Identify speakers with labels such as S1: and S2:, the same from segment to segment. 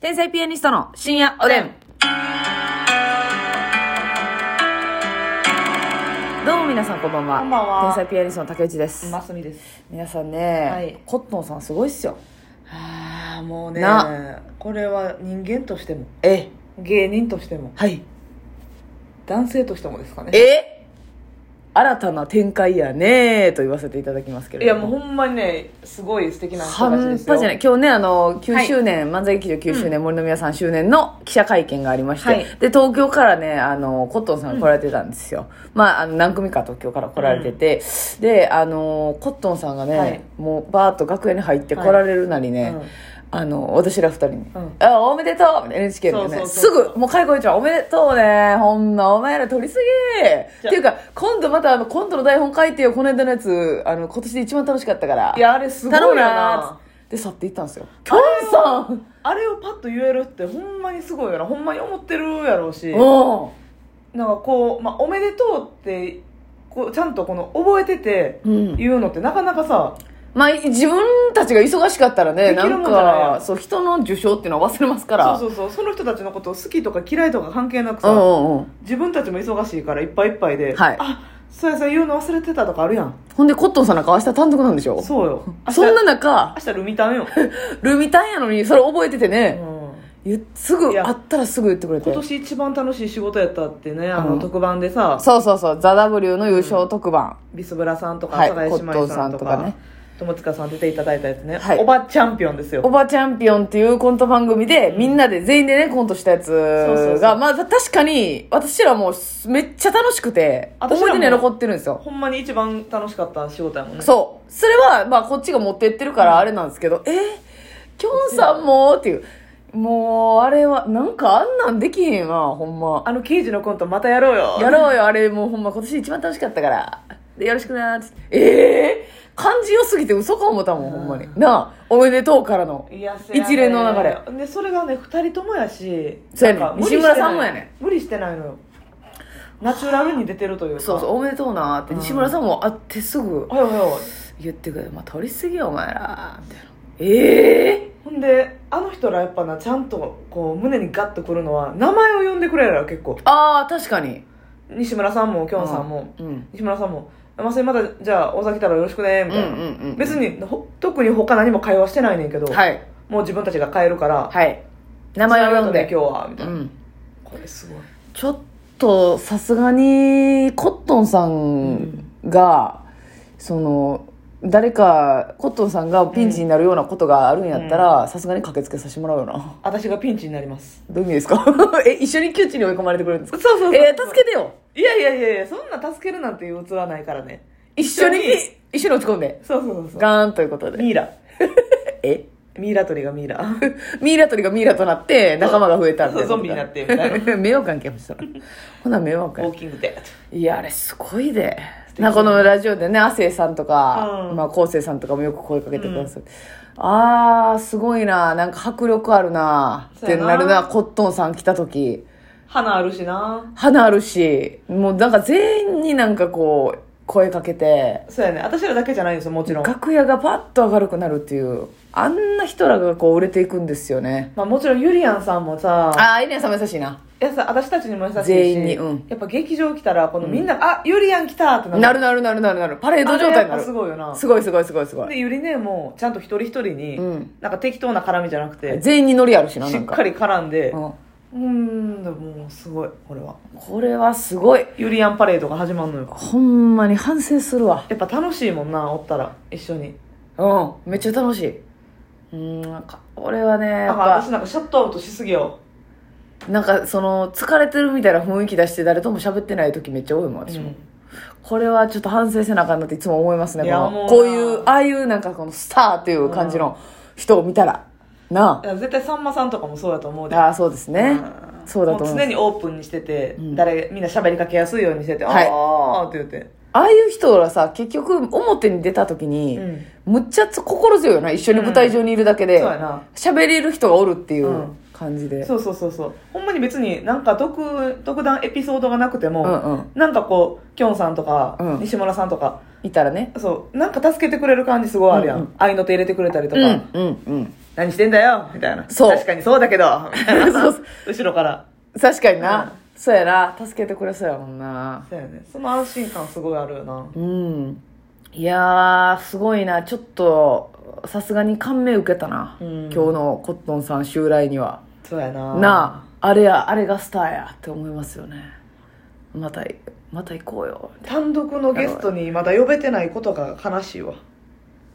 S1: 天才ピアニストの深夜おでん。どうも皆さんこんばんは。
S2: こんばんは
S1: 天才ピアニストの竹内です。
S2: マスミです
S1: 皆さんね、
S2: はい
S1: コットンさんすごいっすよ。
S2: ああもうね
S1: な
S2: これは人間としても
S1: え、
S2: 芸人としても
S1: はい。
S2: 男性としてもですかね
S1: え新たな展開やねーと言わせていただきますけ
S2: い
S1: れ
S2: や
S1: ど
S2: も
S1: も。
S2: うほんまにねすごい素敵な人たち
S1: 半
S2: ですよ
S1: 端じゃない今日ねあの
S2: は
S1: 9
S2: い
S1: 周年、漫才劇場9周年、森の宮さん周年の記者会見がありまして、
S2: はい
S1: で東京からねあのコットンさんが来られてたんですよ、まああの何組か東京から来られてて、であのコットンさんがね、
S2: はい
S1: もうバーッと楽屋に入って来られるなりね、
S2: はいうん
S1: あの私ら二人に、
S2: うん
S1: あおめでとうみたいな NHK でね
S2: そうそうそうそう
S1: すぐもう開口一番おめでとうねほんまお前ら取りすぎ
S2: じ
S1: っ
S2: ゃ
S1: ていうか今度またあのコントの台本書いてよこの間のやつあの今年で一番楽しかったから
S2: いやあれすごい
S1: 頼
S2: よ
S1: むな
S2: な
S1: ーで去っていったんですよきょんさん
S2: あれをパッと言えるってほんまにすごいよなほんまに思ってるやろうし
S1: お
S2: なんかこう、まあ、おめでとうってこうちゃんとこの覚えてて
S1: うん
S2: 言うのってなかなかさ、
S1: まあ自分たちが忙しかったらね
S2: で
S1: な
S2: きる
S1: ん
S2: もんじゃないよ
S1: かそう人の受賞っていうのは忘れますから
S2: そうそうそうその人たちのことを好きとか嫌いとか関係なく
S1: う
S2: さ、
S1: んうんうん
S2: 自分たちも忙しいからいっぱいいっぱいで、
S1: はい
S2: あそうやそうや言うの忘れてたとかあるやん
S1: ほんでコットンさんなんか明日単独なんでしょ
S2: そう よ明日
S1: そんな中
S2: 明日ルミタン よ、
S1: ルミタンやのにそれ覚えてて
S2: う
S1: ね、
S2: ん
S1: ゆすぐ
S2: いや
S1: 会ったらすぐ言ってくれて
S2: 今年一番楽しい仕事やったってねあ
S1: うん
S2: の特番でさ、
S1: そうそうそう「ザ・ w の優勝特番、
S2: ビスブラさんとか
S1: はい
S2: 阿佐ヶ谷姉妹さんと
S1: コットンさんとか
S2: か,、
S1: ね
S2: 友近さん出ていただいたやつね、
S1: はい
S2: おばチャンピオンですよ
S1: おばチャンピオン」っていうコント番組で、みんなで全員でねコントしたやつが
S2: そうそう
S1: まあ確かに私らもうめっちゃ楽しくて
S2: 私らも
S1: 思い出に残ってるんですよ
S2: ほんまに一番楽しかった仕事やもんね
S1: そうそれはまあこっちが持ってってるからあれなんですけど、えきょんさんもっていうもうあれはなんかあんなんできへんわほんま
S2: あの刑事のコントまたやろうよ
S1: やろうよ、あれ、もうほんま今年一番楽しかったから。で、よろしくなーっつって。えぇ、ー、感じ良すぎて嘘か思ったもん、ほんまに。なあ、おめでとうからの。
S2: いやせやね
S1: 一連の流れ。
S2: でそれがね二人ともやし
S1: そうやねん
S2: なんか無理
S1: 西村さんもやね
S2: 無理してないのよナチュラルに出てるというか
S1: そうそう、おめでとうなーって、
S2: うん
S1: 西村さんも会ってすぐ
S2: はいはいはい
S1: 言ってくれ。まあ、取りすぎよ、お前ら。みたいな。え
S2: ほんであの人らやっぱなちゃんとこう胸にガッとくるのは名前を呼んでくれるやろ結構
S1: ー、ああ、確かに。
S2: 西村さんもきょんさんも、
S1: うん。
S2: 西村さんも「まさにまたじゃあ大崎太郎よろしくね」
S1: う
S2: み
S1: ん
S2: た
S1: う
S2: い
S1: ん
S2: な、
S1: うん。
S2: 別にほ特に他何も会話してないねんけど、
S1: はい。
S2: もう自分たちが変えるから
S1: はい。
S2: 「
S1: 名前を呼ん
S2: ね
S1: で。
S2: 今日は」みた
S1: う
S2: いな、
S1: ん。
S2: これすごい
S1: ちょっとさすがにコットンさんが、その誰かコットンさんがピンチになるようなことがあるんやったらさすがに駆けつけさせてもらうよな
S2: 私がピンチになります
S1: どういう意味ですか え一緒に窮地に追い込まれてくれるんです
S2: そ
S1: か
S2: うそうそう
S1: えー、助けてよ
S2: いやいやいやいやそんな助けるなんていう器ないからね
S1: 一緒に
S2: 一緒に
S1: 一緒に落ち込んで
S2: そうそうそうそう
S1: ガーンということで
S2: ミイラ
S1: え
S2: ミイラ鳥がミ イラ
S1: ミイラ鳥がミイラとなって仲間が増えたみたい な
S2: そうゾンビになってみた い
S1: 迷惑関係もしたらほな迷惑
S2: ウ
S1: や
S2: ォーキング で
S1: いやあれすごいで
S2: 敵
S1: なんかこのラジオでね亜生さんとか、
S2: うん
S1: まあ、昴生さんとかもよく声かけてくださって、あーすごいななんか迫力あるなっ
S2: そう
S1: て
S2: やな
S1: なるなコットンさん来た時
S2: 花あるしな
S1: 花あるしもうなんか全員になんかこう声かけて
S2: そうやね私らだけじゃないんですよもちろん
S1: 楽屋がパッと明るくなるっていうあんな人らがこう売れていくんですよね
S2: まあ、もちろんゆりやんさんもさ
S1: ああイレンさんも優しいな、
S2: やさ私たちにも優しいし
S1: 全員にうん
S2: やっぱ劇場来たらこのみんな、あゆりやん来たってな
S1: なるなるなるなるなるパレード
S2: あれ
S1: 状態にな
S2: やっ
S1: る
S2: ぱすごいよな
S1: すごいすごいすごいすごい
S2: でゆりねもちゃんと一人一人に、
S1: うん
S2: なんか適当な絡みじゃなくて
S1: 全員にノリあるしな
S2: し
S1: な
S2: っ
S1: んか
S2: かり絡んで
S1: うん
S2: うんでもうすごいこれは
S1: これはすごい
S2: ゆりやんパレードが始まるのよ
S1: ほんまに反省するわ
S2: やっぱ楽しいもんなおったら一緒に
S1: うんめっちゃ楽しいうーんなんか俺はねや
S2: だ
S1: っ
S2: から私
S1: ぱ
S2: なんかシャットアウトしすぎよ
S1: なんかその疲れてるみたいな雰囲気出して誰とも喋ってない時めっちゃ多いもん私も、
S2: うん
S1: これはちょっと反省せなあかんなっていつも思いますねこ
S2: いや
S1: の
S2: 思うな
S1: こういうああいうなんかこのスターっていう感じの人を見たら、ない
S2: や絶対さんまさんとかもそうやと思うで
S1: あああそうですね
S2: うん
S1: そうだと思いま
S2: も常
S1: す
S2: にオープンにしてて、
S1: うん
S2: 誰みんな喋りかけやすいようにしてて、
S1: はい
S2: ああって言って、
S1: ああいう人らさ結局表に出た時に、
S2: うん
S1: むっちゃ心強いよな一緒に舞台上にいるだけで
S2: そうやな
S1: 喋、れる人がおるっていううん感じで、
S2: そうそうそうそうほんまに別になんか特特段エピソードがなくても、
S1: うんうん
S2: なんかこうきょんさんとか、
S1: うん
S2: 西村さんとか
S1: いたらね
S2: そうなんか助けてくれる感じすごいあるやん、
S1: うんう
S2: 愛の手入れてくれたりとか、
S1: うんうんうん
S2: 何してんだよみたいな。
S1: そう
S2: 確かにそうだ けど。みたいな
S1: そうそう
S2: 後ろから。
S1: 確かにな、そうやな助けてくれそうやもんな
S2: そうやね。その安心感すごいあるよな。
S1: うんいやーすごいなちょっとさすがに感銘受けたな、
S2: うん
S1: 今日のコットンさん襲来には
S2: そうやな。
S1: なああれやあれがスターやって思いますよねまたまた行こうよ
S2: 単独のゲストにまだ呼べてないことが悲しいわ。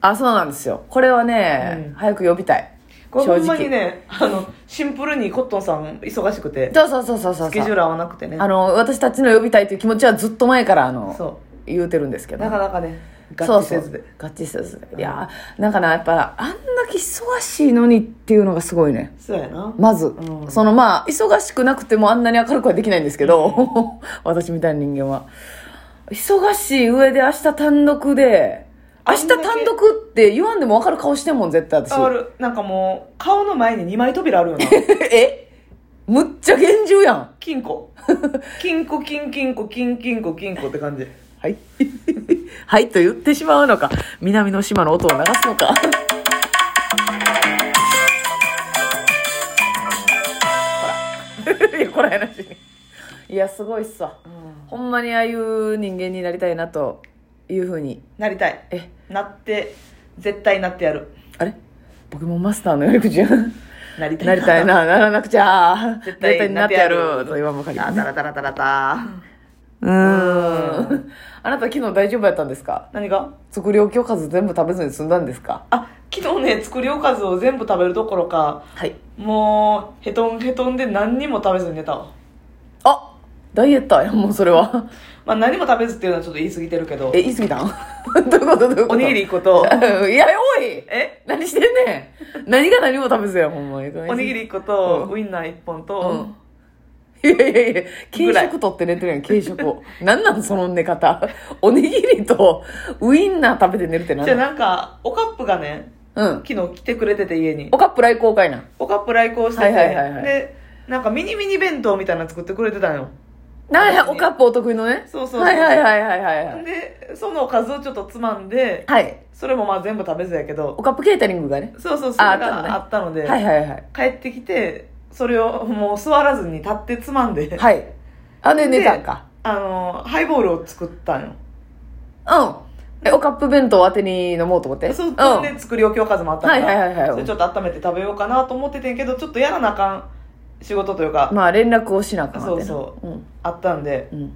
S1: あそうなんですよこれはね、
S2: うん
S1: 早く呼びたい
S2: これ
S1: 正
S2: ほ
S1: 直
S2: んまにね、あの、シンプルにコットンさん忙しくて、
S1: そうそうそうそうそう
S2: スケジュール合わなくてね
S1: あ。の私たちの呼びたいという気持ちはずっと前からあの
S2: そ
S1: 言うてるんですけ
S2: う。
S1: ど
S2: なかなかね、合
S1: そう
S2: 致せずで。
S1: そう合致せずでいやーなんかなやっぱあんだけ忙しいのにっていうのがすごいね
S2: そうやな。
S1: まず、
S2: うん
S1: そのまあ忙しくなくてもあんなに明るくはできないんですけど私みたいな人間は忙しい上で明日単独で明日単独って言わんでも分かる顔してんもん絶対私
S2: ある。なんかもう、顔の前に2枚扉あ るよな。
S1: えむっちゃ厳重やん
S2: 金庫。金庫、金、金庫、金、金庫、金庫って感じ。
S1: はい はいと言ってしまうのか南の島の音を流すのかほら いやこらやなしにいやすごいっすわほんまにああいう人間になりたいなというふうに
S2: なりたい。
S1: え
S2: なって、絶対なってやる。
S1: あれポケモンマスターのやり口や ん
S2: なりたい。
S1: なり たい。なならなくちゃ
S2: 絶対
S1: になってやる
S2: なってやる
S1: と言わんばかり
S2: あたらたらたらた。
S1: うーんあなた昨日大丈夫やったんですか
S2: 何が
S1: 作り置きおかず全部食べずに済んだんですか
S2: あ、昨日ね、作りおかずを全部食べるどころか、
S1: はい
S2: もう、ヘトンヘトンで何にも食べずに寝たわ。
S1: あダイエッターやんもうそれは
S2: まあ何も食べずっていうのはちょっと言い過ぎてるけど
S1: え、言い過ぎたん どういうことどういうこと
S2: おにぎり1個と、
S1: り いやおい
S2: え
S1: 何してんねん何が何も食べずやほんまに
S2: おにぎり1個
S1: う
S2: と
S1: ん、
S2: ウインナー1本
S1: う
S2: と
S1: ん、いやいやいや軽
S2: ぐらい
S1: 食とって寝てるやん軽食を なんなんその寝方おにぎりとウインナー食べて寝るってなん
S2: じゃあ
S1: なん
S2: なんか、おカップがね、
S1: うん
S2: 昨日来てくれてて家に
S1: お。カップ来公開なん
S2: おカップ来航してて、
S1: はいはいはいはい
S2: で、なんかミニミニ弁当みたいなの作ってくれてたのよ。
S1: なんやおカップお得意のね
S2: そうそうそう
S1: はいはいはいはいはいはい
S2: で、そのおかずをちょっとつまんで、
S1: はい
S2: それもまあ全部食べずやけど
S1: お、カップケータリングがね
S2: そうそう、それ
S1: ああったのね
S2: があったので、
S1: はいはいはい
S2: 帰ってきて、それをもう座らずに立ってつまんで、
S1: はいあで
S2: で
S1: 寝たんか
S2: あの、ハイボールを作ったのよ。
S1: うんえおカップ弁当を当てに飲もうと思って
S2: そう、
S1: ん
S2: そんで作り置きおかずもあったから、
S1: はいはいはいはい
S2: それちょっと温めて食べようかなと思っててんけど、ちょっとやらなあかん仕事というか、
S1: まあ連絡をしなあかんわけな
S2: そうあったんで、
S1: んうん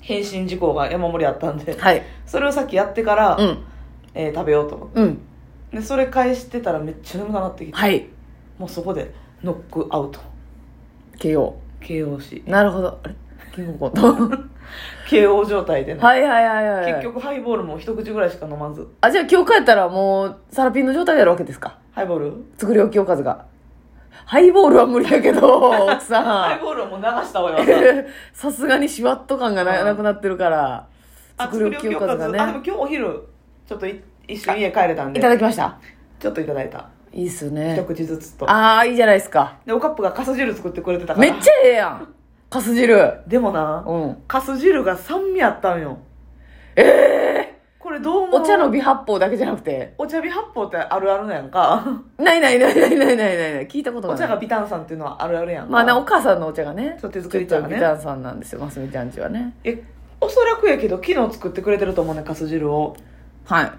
S2: 返信事項が山盛りあったんで、
S1: はい
S2: それをさっきやってから、
S1: うん
S2: えー食べようと思って。
S1: うん
S2: で、それ返してたらめっちゃ眠くなってきて、
S1: はい
S2: もうそこでノックアウト。
S1: KO
S2: KOC。
S1: なるほどあれキングコント
S2: KO 状態でね。
S1: はいはいはいはいはい
S2: 結局ハイボールも一口ぐらいしか飲まず。
S1: あ、じゃあ今日帰ったらもう、サラピンの状態でやるわけですか
S2: ハイボール
S1: 作り置きおかずが。ハイボールは無理やけど、 奥
S2: ハイ
S1: さん。
S2: ボールはもう流したわよ。
S1: さすがにシュワッと感がな
S2: うん
S1: なくなってるから、
S2: あ
S1: 作り置きおかずが
S2: あ、でも
S1: ね。
S2: 今日お昼、ちょっとい一瞬家帰れたん
S1: い
S2: で、
S1: ただきました。
S2: ちょっといただいた。
S1: いいっす
S2: 一
S1: ね。
S2: 口ずつと。
S1: あー、いいじゃないですか。
S2: で、おカップがカス汁作ってくれてたか
S1: め
S2: ら。
S1: っちゃええやん。カス汁。
S2: でもな、
S1: うん。
S2: カス汁が酸味あったんよ。
S1: ええ
S2: これどう思
S1: お
S2: う
S1: 茶の美発泡だけじゃなくて。
S2: お茶美発泡ってあるあるなんや んか。
S1: ないないないないないないないない。聞いたことない。
S2: お茶が微炭酸っていうのはあるあるやんか。
S1: まあな、お母さんのお茶がね。
S2: そう手作り茶がね
S1: ちょっと美男さんなんですよ、ますみちゃんちはね。
S2: え、おそらくやけど、昨日作ってくれてると思うねん、カス汁を。
S1: はい。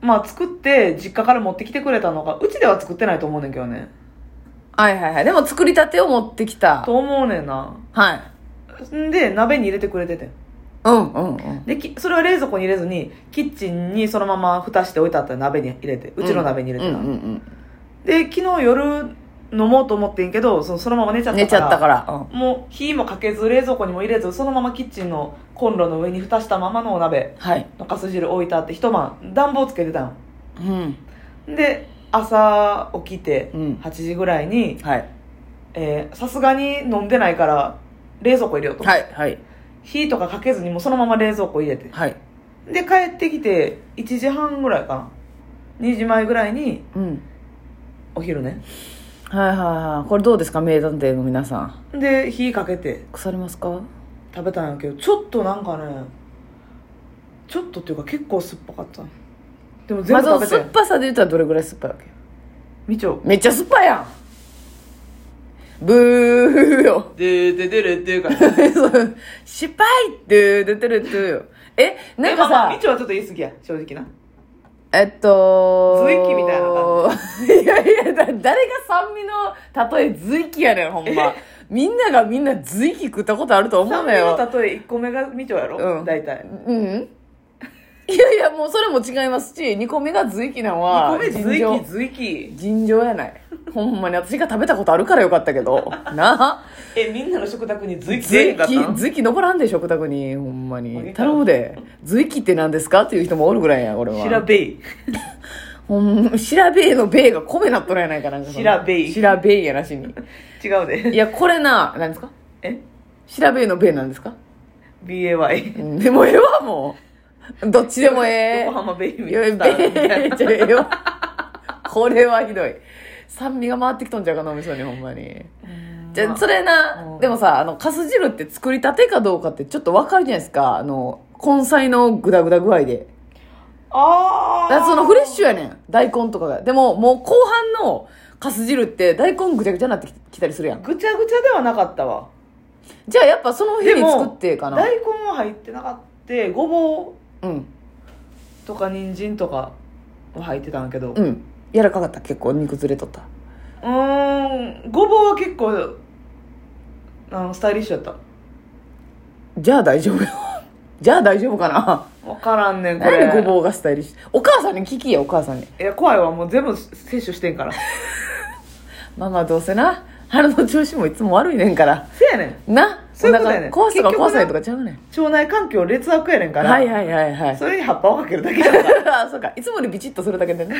S2: まあ作って、実家から持ってきてくれたのが、うちでは作ってないと思うねんけどね。
S1: はいはいはい。でも作りたてを持ってきた。
S2: と思うねんな。
S1: はい。
S2: んで、鍋に入れてくれててん。
S1: うんうんうん。
S2: で、きそれは冷蔵庫に入れずに、キッチンにそのまま蓋して置いてあった鍋に入れて、うちの鍋に入れてた。
S1: うんうん
S2: で、昨日夜飲もうと思ってんけど、そのそのまま寝ちゃ
S1: う
S2: っ
S1: ん。
S2: たか
S1: 寝
S2: ら。
S1: ちゃったから。うん
S2: もう火もかけず冷蔵庫にも入れずそのままキッチンのコンロの上に蓋したままのお鍋
S1: はい。
S2: のかす汁置いてあって一晩暖房つけてたの
S1: うん。
S2: で朝起きて
S1: うん
S2: 8時ぐらいに
S1: はい。
S2: えーさすがに飲んでないから冷蔵庫入れようと、
S1: はいはい。
S2: 火とかかけずにもうそのまま冷蔵庫入れて
S1: はい。
S2: で帰ってきて1時半ぐらいかな2時前ぐらいに
S1: うん。
S2: お昼ね
S1: はいはいはい。これどうですか名探偵の皆さん。
S2: で火かけて
S1: 腐りますか
S2: 食べたんやけどちょっとなんかねちょっとっていうか結構酸っぱかったでも全
S1: まず、
S2: 部食べ
S1: 酸
S2: て
S1: っぱさで言ったらどれぐらい酸っぱいわけ
S2: みちょ
S1: めっちゃ酸っぱいやんブーよ
S2: でーででれっていうから
S1: そう失敗って出てるってよえなんか
S2: えまあまあ
S1: さ
S2: みちょはちょっと言い過ぎや正直な
S1: えっと
S2: ズイキみたいな
S1: 感じ いやいやだ誰が酸味の例えズイキやねんほんまみんながみんなズイキ食ったことあると思う
S2: 酸
S1: な
S2: 味
S1: よ
S2: の例え1個目がみちょやろ、
S1: うん
S2: 大体
S1: うんいやいやもうそれも違いますし2個目がズイキなん
S2: 2
S1: は
S2: 個目
S1: 尋
S2: 随
S1: 常
S2: 記随記
S1: 尋常やないほんまに私が食べたことあるからよかったけどなあ
S2: えみんなの食卓に随記
S1: ズ
S2: 全員
S1: イ
S2: だった
S1: キ
S2: ん
S1: ズイキ残らんで食卓にほんま
S2: あげ
S1: に
S2: た
S1: 頼むでズイキって何ですかっていう人もおるぐらいや俺は
S2: しらべい
S1: ほん調べえのべえが米なっとるやないかなんかその
S2: 調べい
S1: 調べいやなしに
S2: 違うで
S1: いやこれな何ですか
S2: え
S1: 調べえのべえなんですか
S2: BAY
S1: うんでもええわもうどっちでもええ
S2: 横浜ベイみ
S1: いや
S2: た
S1: べ
S2: いな
S1: えじゃええわこれはひどい酸味が回ってきとんじゃうか脳みそにほんまにじゃあそれ
S2: う
S1: なんでもさあのかす汁って作りたてかどうかってちょっとわかるじゃないですかあの根菜のグダグダ具合で
S2: あ
S1: だか
S2: あ
S1: らそのフレッシュやねん大根とかがでももう後半のかす汁って大根ぐちゃぐちゃになってききたりするやん
S2: ぐちゃぐちゃではなかったわ
S1: じゃあやっぱその日
S2: で
S1: に
S2: も
S1: 作ってかな
S2: 大根は入ってなかったごぼ
S1: うん
S2: うとか人参とかは入ってたんやけどう
S1: うん柔らかかった結構肉ずれとった
S2: ーんごぼうは結構あのスタイリッシュやった
S1: じゃあ大丈夫よ じゃあ大丈夫かな
S2: 分から んねんこれ
S1: 何でごぼうがスタイリッシュお母さんに聞きやお母さんに
S2: いや怖いわもう全部摂取してんから
S1: ママどうせな腹の調子もいつも悪いねんから
S2: せやねん
S1: な
S2: そういうことやねん
S1: お腹壊すとか
S2: 結局
S1: 壊
S2: な
S1: さないとかちゃうねん
S2: 腸内環境劣悪やねんから
S1: はいはいはいはい
S2: それに葉っぱをかけるだけや か ら
S1: あそうかいつもよりビチッとするだけでね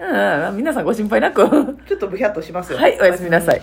S1: うんうん皆さんご心配なくは
S2: ちょっとブヒャッとしますよ
S1: いおやすみなさい